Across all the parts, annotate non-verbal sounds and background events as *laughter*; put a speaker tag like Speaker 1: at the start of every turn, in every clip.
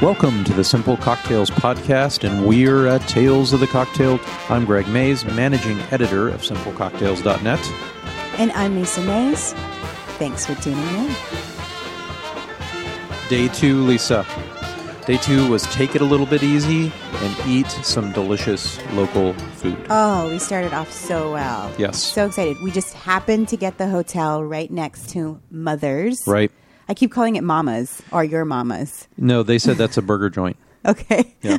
Speaker 1: Welcome to the Simple Cocktails Podcast, and we're at Tales of the Cocktail. I'm Greg Mays, managing editor of simplecocktails.net.
Speaker 2: And I'm Lisa Mays. Thanks for tuning in.
Speaker 1: Day two, Lisa. Day two was take it a little bit easy and eat some delicious local food.
Speaker 2: Oh, we started off so well.
Speaker 1: Yes.
Speaker 2: So excited. We just happened to get the hotel right next to Mother's.
Speaker 1: Right?
Speaker 2: I keep calling it Mama's or your Mama's. *laughs*
Speaker 1: No, they said that's a burger joint.
Speaker 2: Okay.
Speaker 1: Yeah.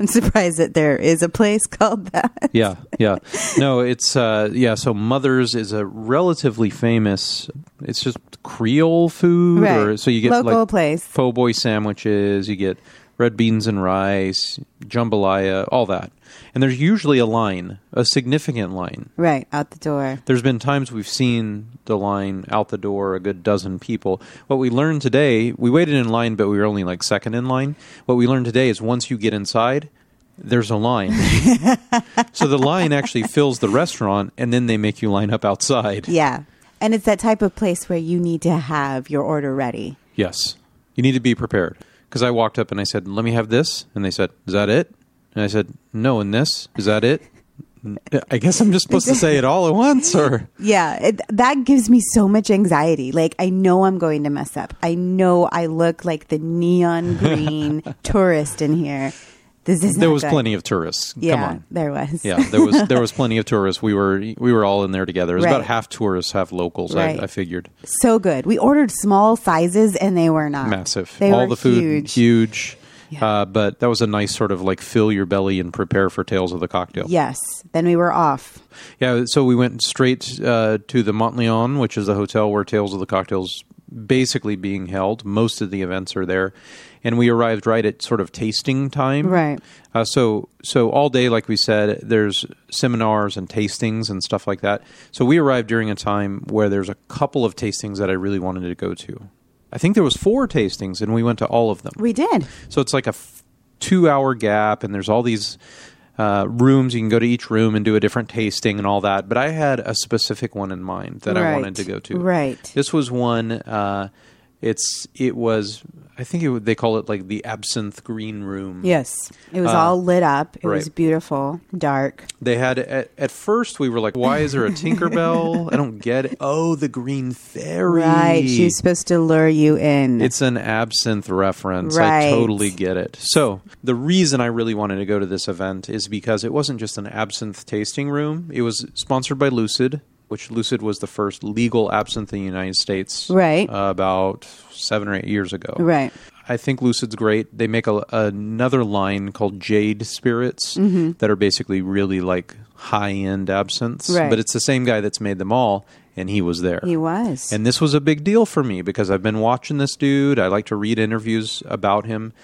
Speaker 2: I'm surprised that there is a place *laughs* called that.
Speaker 1: Yeah, yeah. No, it's uh yeah, so Mother's is a relatively famous it's just Creole food
Speaker 2: Right.
Speaker 1: or so you get
Speaker 2: Local
Speaker 1: like
Speaker 2: place.
Speaker 1: faux boy sandwiches, you get red beans and rice, jambalaya, all that. And there's usually a line, a significant line.
Speaker 2: Right, out the door.
Speaker 1: There's been times we've seen the line out the door a good dozen people. What we learned today, we waited in line but we were only like second in line. What we learned today is once you get inside there's a
Speaker 2: *laughs*
Speaker 1: line. so the line actually fills the restaurant and then they make you line up outside.
Speaker 2: Yeah. And it's that type of place where you need to have your order ready.
Speaker 1: Yes. You need to be prepared. Because I walked up and I said, let me have this. And they said, is that it? And I said, no, and this? Is that it? N- I guess I'm just supposed
Speaker 2: *laughs*
Speaker 1: to say it all at once or.
Speaker 2: Yeah, it, that gives me so much anxiety. Like, I know I'm going to mess up. I know I look like
Speaker 1: *laughs*
Speaker 2: the neon green tourist in here. This is
Speaker 1: There
Speaker 2: not
Speaker 1: was
Speaker 2: good.
Speaker 1: plenty of tourists.
Speaker 2: Yeah,
Speaker 1: Come on.
Speaker 2: there was.
Speaker 1: Yeah,
Speaker 2: *laughs*
Speaker 1: there was there was plenty of tourists. We were we were all in there together. It was about
Speaker 2: Right.
Speaker 1: half tourists, half locals.
Speaker 2: Right.
Speaker 1: I, I figured
Speaker 2: so good. We ordered small sizes, and they were not
Speaker 1: massive.
Speaker 2: They
Speaker 1: all
Speaker 2: were
Speaker 1: the food
Speaker 2: huge. Yeah.
Speaker 1: Uh, but that was a nice sort of like fill your belly and prepare for tales of the cocktail.
Speaker 2: Yes. Then we were off.
Speaker 1: Yeah, so we went straight uh, to the Montleon, which is the hotel where Tales of the Cocktails basically being held. Most of the events are there, and we arrived right at sort of tasting time.
Speaker 2: Right.
Speaker 1: Uh, so so all day, like we said, there's seminars and tastings and stuff like that. So we arrived during a time where there's a couple of tastings that I really wanted to go to. I think there was four tastings, and we went to all of them.
Speaker 2: We did.
Speaker 1: So it's like a f- two hour gap, and there's all these uh, rooms. You can go to each room and do a different tasting and all that. But I had a specific one in mind that I
Speaker 2: Right.
Speaker 1: wanted to go to.
Speaker 2: Right.
Speaker 1: This was one. Uh, it's it was. I think it, would- they call it like the absinthe green room.
Speaker 2: Yes. It was
Speaker 1: Uh,
Speaker 2: all lit up. It
Speaker 1: right.
Speaker 2: was beautiful, dark.
Speaker 1: They had at, at first we were like, why is there
Speaker 2: *laughs*
Speaker 1: a Tinkerbell? I don't get it. Oh, the Green Fairy.
Speaker 2: Right. She was supposed to lure you in.
Speaker 1: It's an absinthe reference. I
Speaker 2: Right.
Speaker 1: totally get it. So, the reason I really wanted to go to this event is because it wasn't just an absinthe tasting room, it was sponsored by Lucid. Which Lucid was the first legal absinthe in the United States,
Speaker 2: Right.
Speaker 1: uh, about seven or eight years ago,
Speaker 2: Right.
Speaker 1: I think Lucid's great. They make a, another line called Jade Spirits
Speaker 2: Mm-hmm.
Speaker 1: that are basically really like high end absinthe,
Speaker 2: Right.
Speaker 1: but it's the same guy that's made them all, and he was there.
Speaker 2: He was.
Speaker 1: And this was a big deal for me because I've been watching this dude. I like to read interviews about him.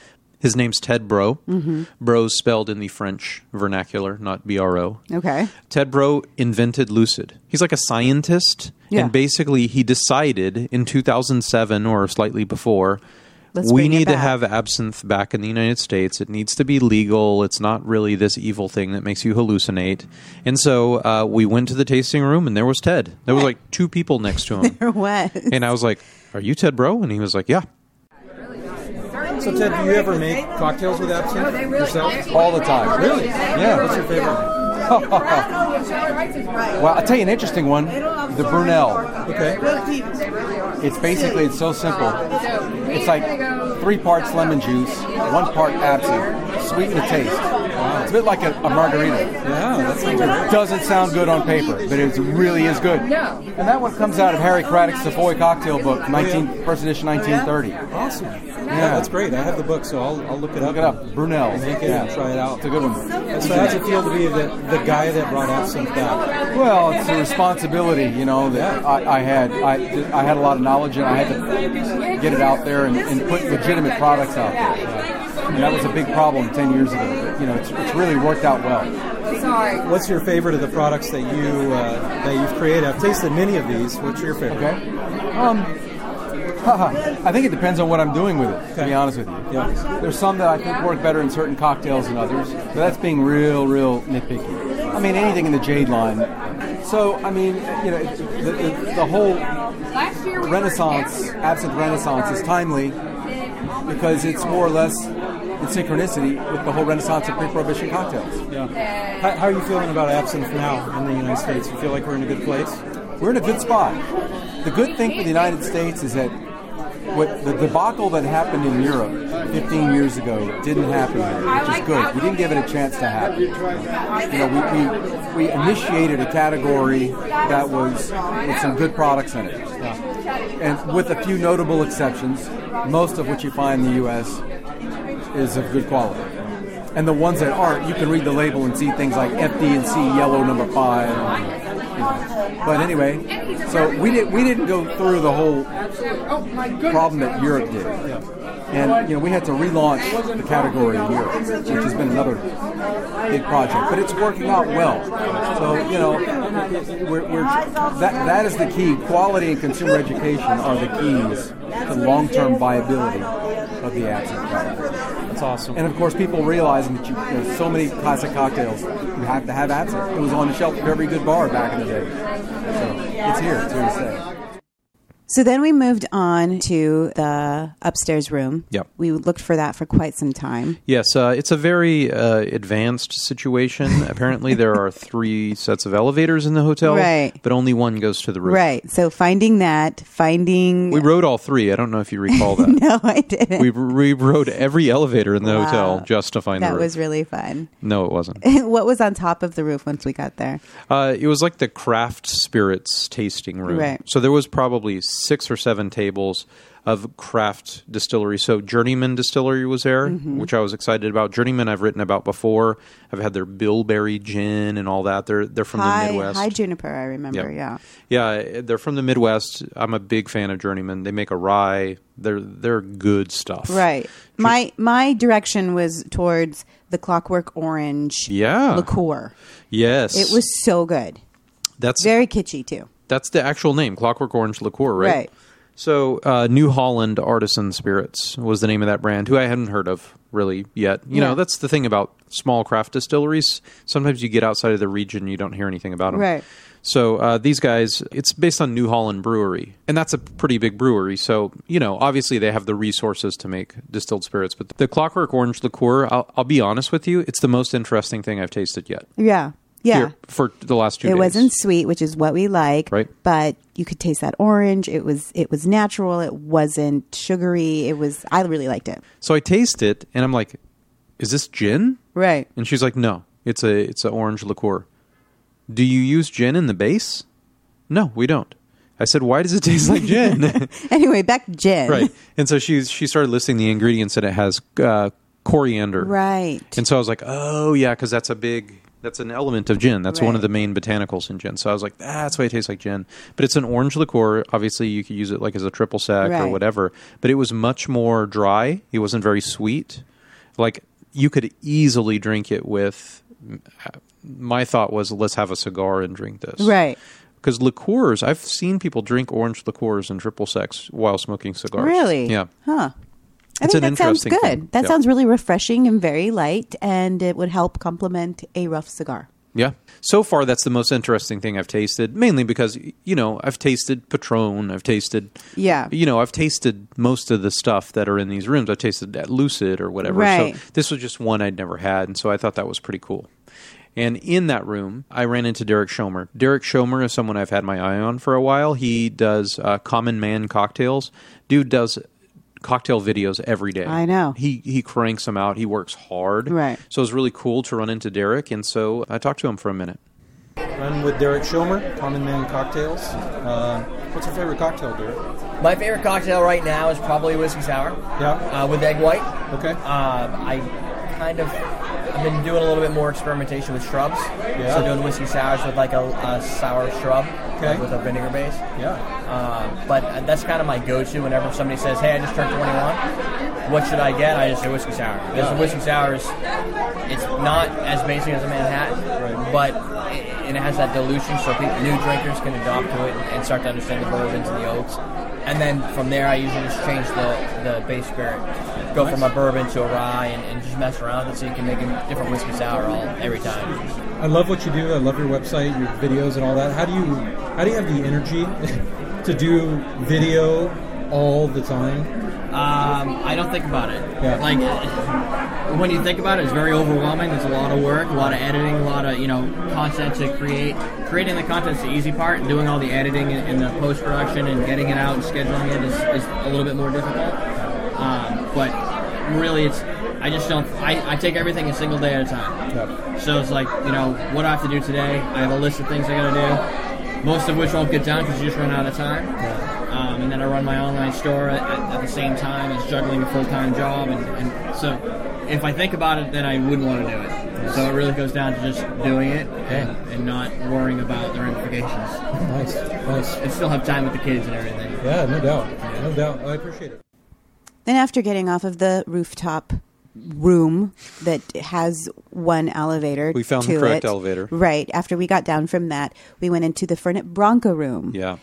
Speaker 1: His name's Ted Bro.
Speaker 2: Mm-hmm.
Speaker 1: mm Bro's spelled in the French vernacular, not B R O.
Speaker 2: okay. *laughs*
Speaker 1: Ted Bro invented Lucid. He's like a scientist.
Speaker 2: Yeah.
Speaker 1: And basically, he decided in 2007 or slightly before
Speaker 2: Let's
Speaker 1: we
Speaker 2: bring it
Speaker 1: need to
Speaker 2: back.
Speaker 1: have absinthe back in the United States. It needs to be legal. It's not really this evil thing that makes you hallucinate. And so uh, we went to the tasting room, and there was Ted. There was like two people next to
Speaker 2: *laughs*
Speaker 1: him.
Speaker 2: Or what?
Speaker 1: And I was like, "Are you Ted Bro?" And he was like, "Yeah."
Speaker 3: So Ted, do you ever make cocktails with absinthe yourself? All the time. Really? Yeah. What's your favorite?
Speaker 4: Well, I'll tell you an interesting one. The Brunel.
Speaker 3: Okay.
Speaker 4: It's basically it's so simple. It's like three parts lemon juice, one part absinthe, sweeten the taste. It's a bit like a, a margarita.
Speaker 3: Yeah, that sounds great.
Speaker 4: Doesn't sound good on paper, but it really is good. And that one comes out of Harry Craddock's Savoy Cocktail Book, 19, first edition, 1930.
Speaker 3: Awesome. Yeah. that's great. I have the book, so I'll, I'll look it up.
Speaker 4: Look it up, Brunel.
Speaker 3: and Make it and
Speaker 4: Yeah,
Speaker 3: try it out.
Speaker 4: it's a good one.
Speaker 3: So how's it feel to be the, the guy that brought absinthe back?
Speaker 4: Well, it's a responsibility, you know, that I, I had. I, I had a lot of knowledge, and I had to get it out there and, and put legitimate products out there. And that was a big problem 10 years ago. But, you know, it's, it's really worked out well.
Speaker 3: What's your favorite of the products that you uh, that you've created? I've tasted many of these. What's your favorite?
Speaker 4: Okay? Um, I think it depends on what I'm doing with it, to
Speaker 3: Okay.
Speaker 4: be honest with you.
Speaker 3: Yeah.
Speaker 4: There's some that I think work better in certain cocktails than others, but that's being real, real nitpicky. I mean, anything in the jade line. So, I mean, you know, it- the, the, the whole Renaissance, absinthe Renaissance, is timely because it's more or less in synchronicity with the whole renaissance of pre-prohibition cocktails.
Speaker 3: Yeah. How, how are you feeling about absinthe now in the United States? You feel like we're in a good place?
Speaker 4: We're in a good spot. The good thing for the United States is that what the debacle that happened in Europe 15 years ago didn't happen here, which is good. We didn't give it a chance to happen. You know, we, we, we initiated a category that was with some good products in it. And with a few notable exceptions, most of what you find in the U.S. is of good quality. And the ones that aren't, you can read the label and see things like FD and C yellow number five. you know. But anyway, so we didn't we didn't go through the whole problem that Europe did. And you know, we had to relaunch the category in Europe, which has been another big project. But it's working out well. So you know, we're, we're, that that is the key. Quality and consumer education are the keys to long-term viability of the absinthe product.
Speaker 1: That's awesome.
Speaker 4: And of course, people realizing that you, there's so many classic cocktails, you have to have absinthe. It was on the shelf of every good bar back in the day. So it's here, it's here to stay.
Speaker 2: So then we moved on to the upstairs room.
Speaker 1: Yep.
Speaker 2: We looked for that for quite some time.
Speaker 1: Yes, uh, it's a very uh, advanced situation. *laughs* Apparently, there are three sets of elevators in the hotel,
Speaker 2: Right.
Speaker 1: but only one goes to the roof.
Speaker 2: Right. So finding that, finding.
Speaker 1: We rode all three. I don't know if you recall that.
Speaker 2: *laughs* no, I didn't.
Speaker 1: We, we rode every elevator in the
Speaker 2: Wow.
Speaker 1: hotel just to find the
Speaker 2: that
Speaker 1: roof.
Speaker 2: was really fun. *laughs*
Speaker 1: no, it wasn't.
Speaker 2: what was on top of the roof once we got there?
Speaker 1: Uh, it was like the craft spirits tasting room.
Speaker 2: Right.
Speaker 1: So there was probably six or seven tables of craft distillery. So Journeyman Distillery was there,
Speaker 2: Mm-hmm.
Speaker 1: which I was excited about. Journeyman I've written about before. I've had their bilberry gin and all that. They're they're from
Speaker 2: high,
Speaker 1: the Midwest.
Speaker 2: high juniper. I remember. Yeah.
Speaker 1: Yeah. Yeah, they're from the Midwest. I'm a big fan of Journeyman. They make a rye. They're they're good stuff.
Speaker 2: Right. My my direction was towards the Clockwork Orange.
Speaker 1: Yeah.
Speaker 2: Liqueur.
Speaker 1: Yes.
Speaker 2: It was so good.
Speaker 1: that's
Speaker 2: Very kitschy too.
Speaker 1: That's the actual name, Clockwork Orange Liqueur, right?
Speaker 2: Right.
Speaker 1: So, uh, New Holland Artisan Spirits was the name of that brand, who I hadn't heard of really yet. You
Speaker 2: Yeah.
Speaker 1: know, that's the thing about small craft distilleries. Sometimes you get outside of the region, you don't hear anything about them.
Speaker 2: Right.
Speaker 1: So, uh, these guys, it's based on New Holland Brewery, and that's a pretty big brewery. So, you know, obviously they have the resources to make distilled spirits, but the Clockwork Orange Liqueur, I'll, I'll be honest with you, it's the most interesting thing I've tasted yet.
Speaker 2: Yeah. Yeah.
Speaker 1: Here, for the last two
Speaker 2: It
Speaker 1: days.
Speaker 2: wasn't sweet, which is what we like.
Speaker 1: Right.
Speaker 2: But you could taste that orange. It was it was natural. It wasn't sugary. It was I really liked it.
Speaker 1: So I taste it and I'm like, is this gin?
Speaker 2: Right.
Speaker 1: And she's like, no, it's a it's an orange liqueur. Do you use gin in the base? No, we don't. I said, why does it taste like gin? *laughs*
Speaker 2: Anyway, back to gin.
Speaker 1: right. And so she she started listing the ingredients and it has uh, coriander.
Speaker 2: Right.
Speaker 1: And so I was like, oh yeah, because that's a big that's an element of gin. That's one
Speaker 2: Right.
Speaker 1: of the main botanicals in gin. So I was like, that's why it tastes like gin. But it's an orange liqueur. Obviously, you could use it like as a triple sec or
Speaker 2: Right.
Speaker 1: whatever. But it was much more dry. It wasn't very sweet. Like you could easily drink it with. uh, My thought was, let's have a cigar and drink this.
Speaker 2: Right.
Speaker 1: Because liqueurs, I've seen people drink orange liqueurs and triple secs while smoking cigars.
Speaker 2: Really?
Speaker 1: Yeah.
Speaker 2: Huh. I
Speaker 1: It's
Speaker 2: think
Speaker 1: an
Speaker 2: that sounds
Speaker 1: interesting
Speaker 2: good.
Speaker 1: thing.
Speaker 2: That
Speaker 1: Yeah.
Speaker 2: sounds really refreshing and very light, and it would help complement a rough cigar.
Speaker 1: Yeah. So far, that's the most interesting thing I've tasted, mainly because, you know, I've tasted Patron. I've tasted,
Speaker 2: Yeah.
Speaker 1: you know, I've tasted most of the stuff that are in these rooms. I've tasted that Lucid or whatever.
Speaker 2: Right.
Speaker 1: So this was just one I'd never had. And so I thought that was pretty cool. And in that room, I ran into Derek Schomer. Derek Schomer is someone I've had my eye on for a while. He does uh, Common Man cocktails. Dude does cocktail videos every day.
Speaker 2: I know.
Speaker 1: He he cranks them out. He works hard.
Speaker 2: Right.
Speaker 1: So it was really cool to run into Derek, and so I talked to him for a minute.
Speaker 3: I'm with Derek Schomer, Common Man Cocktails. Uh, what's your favorite cocktail, Derek?
Speaker 5: My favorite cocktail right now is probably whiskey sour.
Speaker 3: Yeah.
Speaker 5: Uh, with egg white.
Speaker 3: Okay. Uh,
Speaker 4: Uh,
Speaker 5: Um, I kind of I've been doing a little bit more experimentation with shrubs.
Speaker 3: Yeah.
Speaker 5: So doing whiskey sours with like a, a sour shrub
Speaker 3: Okay.
Speaker 5: like with a vinegar base.
Speaker 3: Yeah.
Speaker 5: Um, but that's kind of my go-to whenever somebody says, "Hey, I just turned 21. What should I get?" I just say whiskey sour. Because the whiskey sour is it's not as basic as a Manhattan,
Speaker 3: Right.
Speaker 5: but it, and it has that dilution, so people, new drinkers can adopt to it and, and start to understand the bourbons and the oaks. And then from there, I usually just change the, the base spirit, go from a bourbon to a rye, and, and just mess around with it so you can make a different whiskey sour all every time.
Speaker 3: I love what you do. I love your website, your videos, and all that. How do you how do you have the energy *laughs* to do video all the time?
Speaker 5: Um, I don't think about it.
Speaker 3: Yeah.
Speaker 5: Like, when you think about it, it's very overwhelming. There's a lot of work, a lot of editing, a lot of you know content to create. Creating the content's the easy part, and doing all the editing and, and the post production and getting it out and scheduling it is, is a little bit more difficult. Um, but really, it's I just don't. I, I take everything a single day at a time. So it's like you know what I have to do today. I have a list of things I got to do, most of which won't get done because you just run out of time. Um, and then I run my online store at, at, at the same time as juggling a full time job. And, and so if I think about it, then I wouldn't want to do it. So it really goes down to just doing it and, and not worrying about the ramifications.
Speaker 3: Nice, nice.
Speaker 5: And still have time with the kids and everything.
Speaker 3: Yeah, no doubt, no doubt. I appreciate it.
Speaker 2: Then, after getting off of the rooftop room that has one elevator,
Speaker 1: We found the
Speaker 2: to
Speaker 1: correct
Speaker 2: it.
Speaker 1: elevator.
Speaker 2: Right after we got down from that, we went into the Fernet Bronco room.
Speaker 1: Yeah.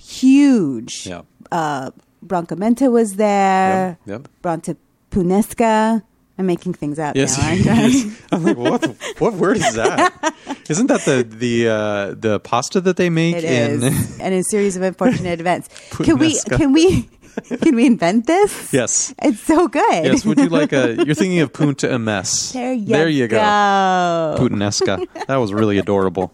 Speaker 2: huge.
Speaker 1: Yeah.
Speaker 2: Uh, Broncamenta was there.
Speaker 1: Yep, yep.
Speaker 2: Bronte Punesca. I'm making things up
Speaker 1: Yes. *laughs*
Speaker 2: now. aren't I?
Speaker 1: yes. I'm like, what? The, what word is
Speaker 2: *laughs*
Speaker 1: that? Isn't that the the uh, the pasta that they make?
Speaker 2: It
Speaker 1: in-
Speaker 2: is, and a series of unfortunate events.
Speaker 1: *laughs*
Speaker 2: Can we?
Speaker 1: Punesca.
Speaker 2: Can we? *laughs* Can we invent
Speaker 1: *laughs*
Speaker 2: this?
Speaker 1: yes.
Speaker 2: It's so good.
Speaker 1: Yes. Would you like a? You're thinking of Punta MS.
Speaker 2: *laughs* There you,
Speaker 1: go. Putinesca. that was really adorable.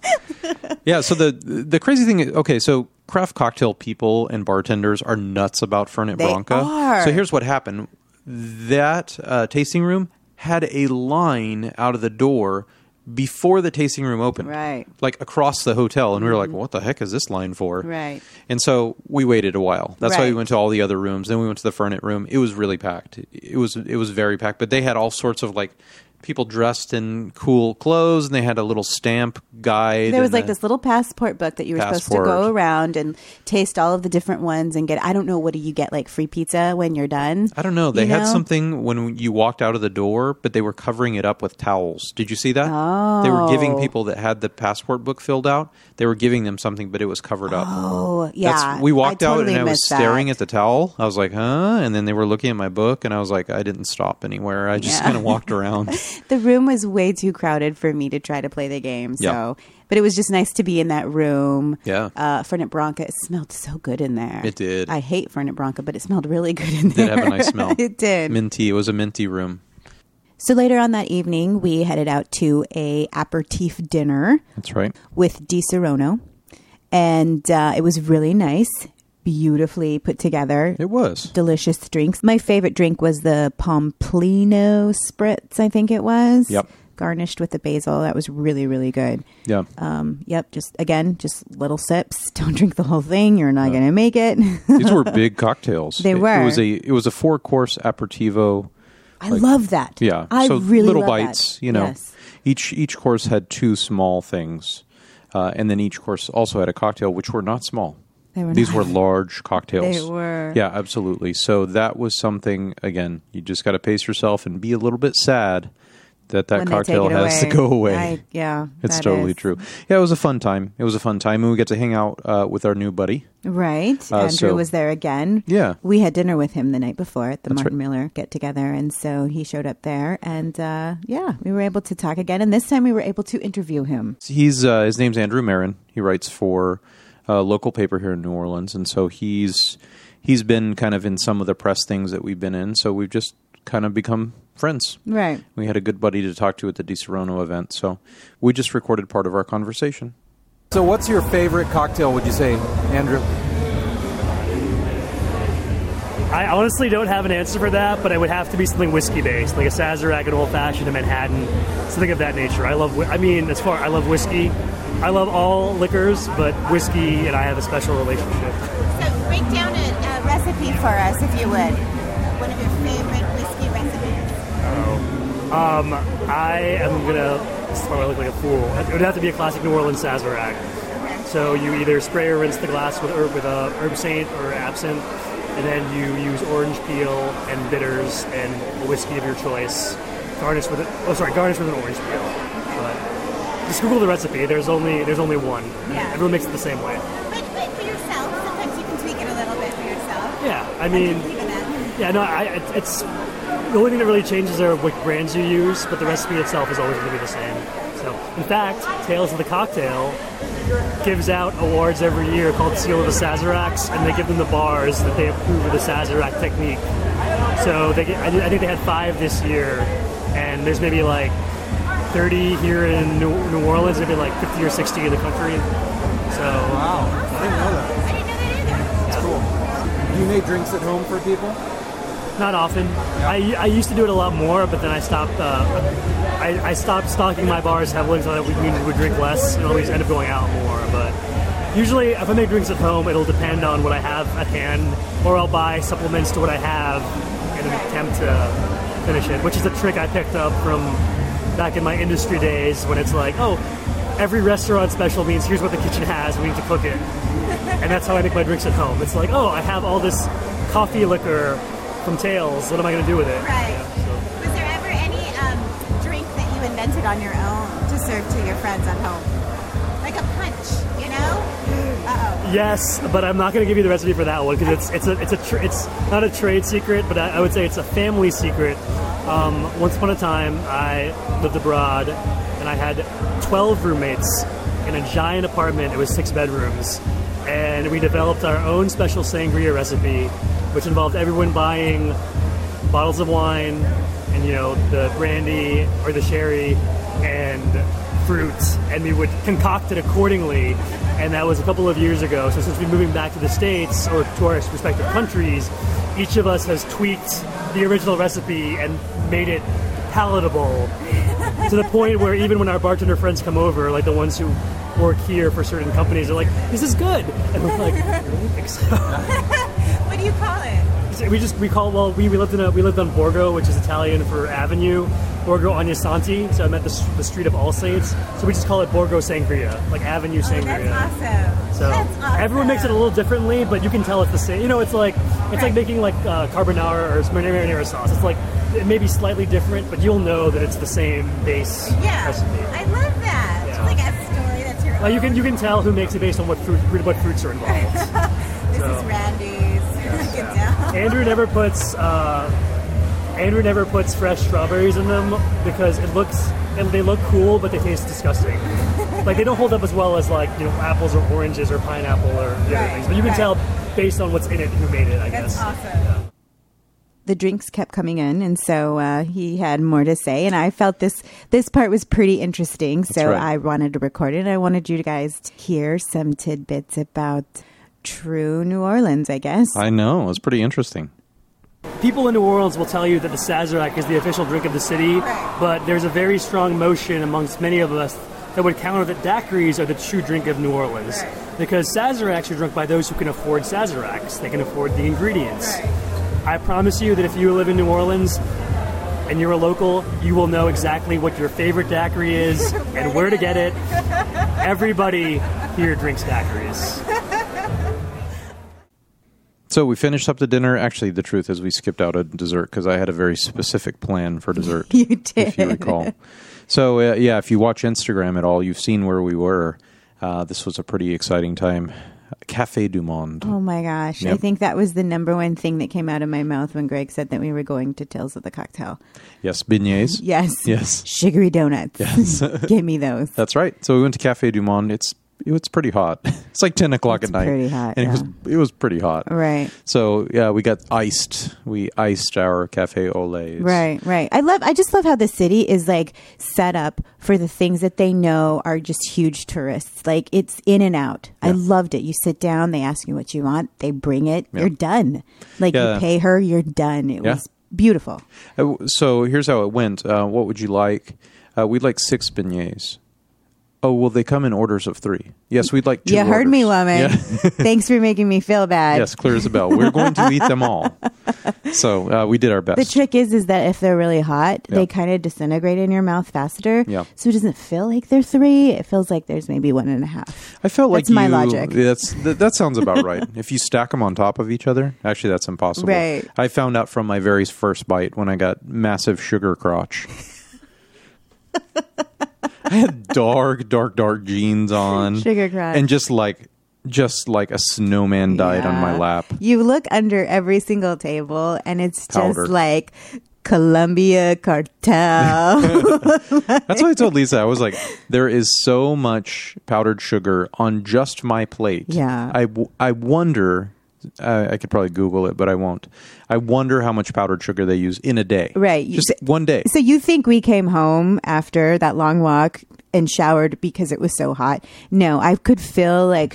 Speaker 1: Yeah. So the the crazy thing. Okay. So craft cocktail people and bartenders are nuts about Fernet
Speaker 2: They
Speaker 1: Branca.
Speaker 2: are.
Speaker 1: So here's what happened. That uh, tasting room had a line out of the door before the tasting room opened.
Speaker 2: Right. Mm-hmm.
Speaker 1: Like across the hotel, and we were like, "What the heck is this line for?"
Speaker 2: Right.
Speaker 1: And so we waited a while. That's why we
Speaker 2: Right.
Speaker 1: went to all the other rooms. Then we went to the Fernet room. It was really packed. It was it was very packed. But they had all sorts of like people dressed in cool clothes, and they had a little stamp guide.
Speaker 2: There was
Speaker 1: and
Speaker 2: like
Speaker 1: a-
Speaker 2: this little passport book that you were supposed to
Speaker 1: Passport.
Speaker 2: go around and taste all of the different ones and get. I don't know what do you get like free pizza when you're done.
Speaker 1: I don't know. They
Speaker 2: you
Speaker 1: had something when you walked out of the door, but they were covering it up with towels. Did you see that? They were giving
Speaker 2: Oh.
Speaker 1: people that had the passport book filled out. They were giving them something, but it was covered up.
Speaker 2: Oh yeah,
Speaker 1: That's- we walked
Speaker 2: I
Speaker 1: out
Speaker 2: totally
Speaker 1: and I was
Speaker 2: missed that.
Speaker 1: staring at the towel. I was like, huh? And then they were looking at my book and I was like, I didn't stop anywhere. I just
Speaker 2: Yeah.
Speaker 1: kind of walked around.
Speaker 2: *laughs* The room was way too crowded for me to try to play the game. So,
Speaker 1: Yeah.
Speaker 2: but it was just nice to be in that room.
Speaker 1: Yeah.
Speaker 2: uh, Fernet Branca. It smelled so good in there.
Speaker 1: It did.
Speaker 2: I hate Fernet Branca, but it smelled really good in there.
Speaker 1: Did have a nice smell.
Speaker 2: *laughs* it did.
Speaker 1: Minty. It was a minty room.
Speaker 2: so later on that evening, we headed out to a aperitif dinner.
Speaker 1: That's right.
Speaker 2: with Di Serono, and uh, it was really nice, beautifully put together.
Speaker 1: It was.
Speaker 2: Delicious drinks. My favorite drink was the Pomplino spritz, I think it was.
Speaker 1: Yep.
Speaker 2: Garnished with the basil. That was really, really good.
Speaker 1: Yeah.
Speaker 2: Um, yep. Just again, just little sips. *laughs* Don't drink the whole thing. You're not going to make it. *laughs*
Speaker 1: These were big cocktails.
Speaker 2: They
Speaker 1: it, It
Speaker 2: were.
Speaker 1: was a it was a four course aperitivo.
Speaker 2: I love that.
Speaker 1: Yeah.
Speaker 2: I
Speaker 1: so
Speaker 2: really
Speaker 1: little
Speaker 2: love that.
Speaker 1: bites, you know.
Speaker 2: Yes.
Speaker 1: Each each course had two small things. Uh, and then each course also had a cocktail which were not small.
Speaker 2: They were
Speaker 1: These
Speaker 2: not.
Speaker 1: were large cocktails.
Speaker 2: *laughs* They were.
Speaker 1: Yeah, absolutely. So that was something again, you just got to pace yourself and be a little bit sad that that
Speaker 2: When they take
Speaker 1: cocktail
Speaker 2: it
Speaker 1: has to
Speaker 2: away.
Speaker 1: *laughs* go away.
Speaker 2: I- yeah,
Speaker 1: It's
Speaker 2: that
Speaker 1: totally
Speaker 2: is.
Speaker 1: true. Yeah, it was a fun time. It was a fun time and we got to hang out uh, with our new buddy.
Speaker 2: Right.
Speaker 1: Uh,
Speaker 2: Andrew
Speaker 1: so-
Speaker 2: was there again.
Speaker 1: Yeah.
Speaker 2: We had dinner with him the night before at the Martin
Speaker 1: right.
Speaker 2: Miller get together. And so he showed up there. And uh, yeah, we were able to talk again. And this time we were able to interview him.
Speaker 1: He's uh, his name's Andrew Marin. He writes for a local paper here in New Orleans, and so he's he's been kind of in some of the press things that we've been in. So we've just kind of become friends.
Speaker 2: Right.
Speaker 1: We had a good buddy to talk to at the DiSerrano event, so we just recorded part of our conversation.
Speaker 4: So, what's your favorite cocktail? Would you say, Andrew?
Speaker 6: I honestly don't have an answer for that, but it would have to be something whiskey based, like a Sazerac, an old fashioned, a Manhattan, something of that nature. I love, whi- I mean, as far I love whiskey, I love all liquors, but whiskey and I have a special relationship.
Speaker 7: So break down a, a recipe for us, if you would. One of your favorite whiskey recipes.
Speaker 6: I am gonna this is why I look like a fool. It would have to be a classic New Orleans Sazerac. So you either spray or rinse the glass with herb with a herb saint or absinthe, and then you use orange peel and bitters and a whiskey of your choice. Garnish with it. Oh, sorry, garnish with an orange peel. But just Google the recipe. There's only there's only one.
Speaker 7: Yeah.
Speaker 6: Everyone makes it the same way.
Speaker 7: But, but for yourself, sometimes you can tweak it a little bit for yourself.
Speaker 6: Yeah. I mean.
Speaker 7: Even that.
Speaker 6: Yeah, no, I, it- it's the only thing that really changes are what brands you use, but the recipe itself is always going to be the same. So, in fact, Tales of the Cocktail gives out awards every year called Seal of the Sazeracs, and they give them the bars that they approve of the Sazerac technique. So they get, I, did- I think they had five this year, and there's maybe like 30 here in New, New Orleans, maybe like 50 or 60 in the country. So
Speaker 3: Wow, I didn't know that.
Speaker 7: I didn't know that
Speaker 6: yeah.
Speaker 3: Do you make drinks at home for people?
Speaker 6: Not often. I, I used to do it a lot more, but then I stopped. Uh, I, I stopped stocking my bars heavily so that we we would drink less and always end up going out more. But usually, if I make drinks at home, it'll depend on what I have at hand, or I'll buy supplements to what I have in an attempt to finish it. Which is a trick I picked up from back in my industry days when it's like, oh, every restaurant special means here's what the kitchen has. We need to cook it, and that's how I make my drinks at home. It's like, oh, I have all this coffee liquor from Tails. What am I going to do with it?
Speaker 7: Right.
Speaker 6: Yeah,
Speaker 7: either. Was there ever any um, drink that you invented on your own to serve to your friends at home? Like a punch, you know? Uh-oh.
Speaker 6: so- Yes, but I'm not going to give you the recipe for that one because it's it's a it's a tr it's not a trade secret, but I, I would say it's a family secret. Um, once upon a time, I lived abroad, and I had 12 roommates in a giant apartment. It was six bedrooms, and we developed our own special sangria recipe, which involved everyone buying bottles of wine and you know the brandy or the sherry and fruit and we would concoct it accordingly and that was a couple of years ago so since we're moving back to the states or to our respective countries each of us has tweaked the original recipe and made it palatable to the point where even when our bartender friends come over like the ones who work here for certain companies they're like this is good and we're like i don't think *laughs* so
Speaker 7: What do you call it?
Speaker 6: so we just we call well we, we lived in a we lived on Borgo, which is Italian for avenue, Borgo Agnesanti. So I'm at the, s- the street of All Saints. So we just call it Borgo Sangria, like Avenue
Speaker 7: Oh,
Speaker 6: Sangria.
Speaker 7: that's awesome.
Speaker 6: So
Speaker 7: that's awesome.
Speaker 6: everyone makes it a little differently, but you can tell it's the same. You know, it's like it's like
Speaker 7: Right.
Speaker 6: making like uh, carbonara or marinara sauce. It's like it may be slightly different, but you'll know that it's the same base
Speaker 7: Yeah,
Speaker 6: recipe.
Speaker 7: I love that. It's
Speaker 6: Yeah.
Speaker 7: Like a story that's your.
Speaker 6: Like you
Speaker 7: own.
Speaker 6: can you can tell who makes it based on what fruit what fruits are involved.
Speaker 7: This
Speaker 6: so-
Speaker 7: is Randy's. *laughs* Get down.
Speaker 6: Andrew never puts uh, Andrew never puts fresh strawberries in them because it looks and they look cool, but they taste disgusting. like they don't hold up as well as like you know apples or oranges or pineapple or the other
Speaker 7: Right,
Speaker 6: things. But you can
Speaker 7: right.
Speaker 6: tell based on what's in it who made it. I
Speaker 7: That's
Speaker 6: guess.
Speaker 7: awesome.
Speaker 2: the drinks kept coming in, and so uh, he had more to say. And I felt this this part was pretty interesting, so
Speaker 1: right.
Speaker 2: I wanted to record it. I wanted you guys to hear some tidbits about true New Orleans, I guess.
Speaker 1: I know. It's pretty interesting.
Speaker 6: People in New Orleans will tell you that the Sazerac is the official drink of the city,
Speaker 7: Right.
Speaker 6: but there's a very strong motion amongst many of us that would counter that daiquiris are the true drink of New Orleans.
Speaker 7: Right.
Speaker 6: Because Sazeracs are drunk by those who can afford Sazeracs, they can afford the ingredients. I promise you that if you live in New Orleans and you're a local, you will know exactly what your favorite daiquiri is and *laughs* where to get it. Everybody here drinks daiquiris.
Speaker 1: So we finished up the dinner. Actually, the truth is we skipped out a dessert because I had a very specific plan for dessert.
Speaker 2: *laughs* You
Speaker 1: if you
Speaker 2: did. *laughs*
Speaker 1: recall. so uh, yeah, if you watch Instagram at all, you've seen where we were. Uh, this was a pretty exciting time. Cafe du Monde.
Speaker 2: Oh my gosh! I
Speaker 1: Yep.
Speaker 2: think that was the number one thing that came out of my mouth when Greg said that we were going to Tales of the Cocktail.
Speaker 1: Yes, beignets.
Speaker 2: Yes.
Speaker 1: Yes.
Speaker 2: Sugary donuts. Yes. *laughs* Give me those.
Speaker 1: That's right. So we went to Cafe du Monde. It's it was pretty hot. *laughs* It's like ten o'clock
Speaker 2: It's
Speaker 1: at night.
Speaker 2: pretty hot,
Speaker 1: And
Speaker 2: yeah.
Speaker 1: it was it was pretty hot.
Speaker 2: Right.
Speaker 1: So yeah, we got iced. We iced our cafe au lait. It's-
Speaker 2: Right, right. I love. I just love how the city is like set up for the things that they know are just huge tourists. Like it's in and out. I
Speaker 1: Yeah.
Speaker 2: loved it. You sit down, they ask you what you want, they bring it. You're done. Like
Speaker 1: Yeah.
Speaker 2: you pay her, you're done. It
Speaker 1: Yeah.
Speaker 2: was beautiful.
Speaker 1: Uh, w- So here's how it went. Uh, what would you like? Uh, we'd like six beignets. Oh, will they come in orders of three? Yes, we'd like two.
Speaker 2: you heard me,
Speaker 1: orders.
Speaker 2: woman. *laughs*
Speaker 1: Yeah. *laughs*
Speaker 2: Thanks for making me feel bad.
Speaker 1: yes, clear as a bell. We're going to eat them all. So uh, we did our best.
Speaker 2: The trick is, is that if they're really hot,
Speaker 1: Yeah.
Speaker 2: they kind of disintegrate in your mouth faster.
Speaker 1: Yeah.
Speaker 2: So it doesn't feel like they're three. It feels like there's maybe one and a half.
Speaker 1: I felt like
Speaker 2: That's my
Speaker 1: you-
Speaker 2: logic.
Speaker 1: That's that, that sounds about
Speaker 2: *laughs*
Speaker 1: right. if you stack them on top of each other, actually, that's impossible.
Speaker 2: Right.
Speaker 1: I found out from my very first bite when I got massive sugar crotch. *laughs* I had dark, dark, dark jeans on,
Speaker 2: Sugar crotch.
Speaker 1: and just like, just like a snowman died on my
Speaker 2: Yeah.
Speaker 1: lap.
Speaker 2: You look under every single table, and it's
Speaker 1: Powder.
Speaker 2: just like Columbia cartel. *laughs*
Speaker 1: That's what I told Lisa. I was like, there is so much powdered sugar on just my plate.
Speaker 2: Yeah.
Speaker 1: I, w- I wonder I, I could probably Google it, but I won't. I wonder how much powdered sugar they use in a day.
Speaker 2: Right.
Speaker 1: Just one day.
Speaker 2: So you think we came home after that long walk and showered because it was so hot? No, I could feel like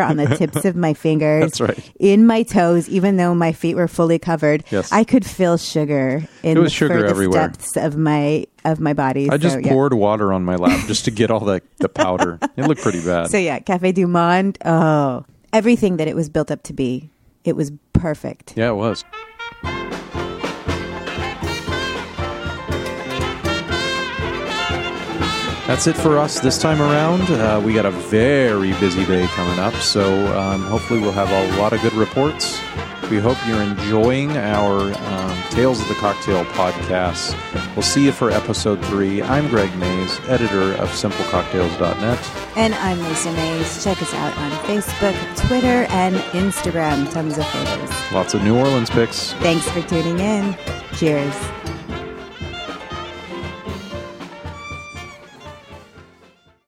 Speaker 1: *laughs*
Speaker 2: on the tips of my fingers.
Speaker 1: That's right.
Speaker 2: In my toes, even though my feet were fully covered.
Speaker 1: Yes.
Speaker 2: I could feel sugar in
Speaker 1: It was
Speaker 2: the
Speaker 1: sugar
Speaker 2: furthest
Speaker 1: everywhere.
Speaker 2: depths of my of my body.
Speaker 1: I just
Speaker 2: so, yeah.
Speaker 1: poured water on my lap just to get all the, the
Speaker 2: *laughs*
Speaker 1: powder. it looked pretty bad.
Speaker 2: So yeah, Cafe du Monde. Oh, everything that it was built up to be. It was perfect.
Speaker 1: yeah, it was. That's it for us this time around. Uh, we got a very busy day coming up, so um, hopefully we'll have a lot of good reports. We hope you're enjoying our um, Tales of the Cocktail podcast. We'll see you for episode three. I'm Greg Mays, editor of SimpleCocktails.net.
Speaker 2: And I'm Lisa Mays. Check us out on Facebook, Twitter, and Instagram. Tons of photos.
Speaker 1: Lots of New Orleans picks.
Speaker 2: Thanks for tuning in. Cheers.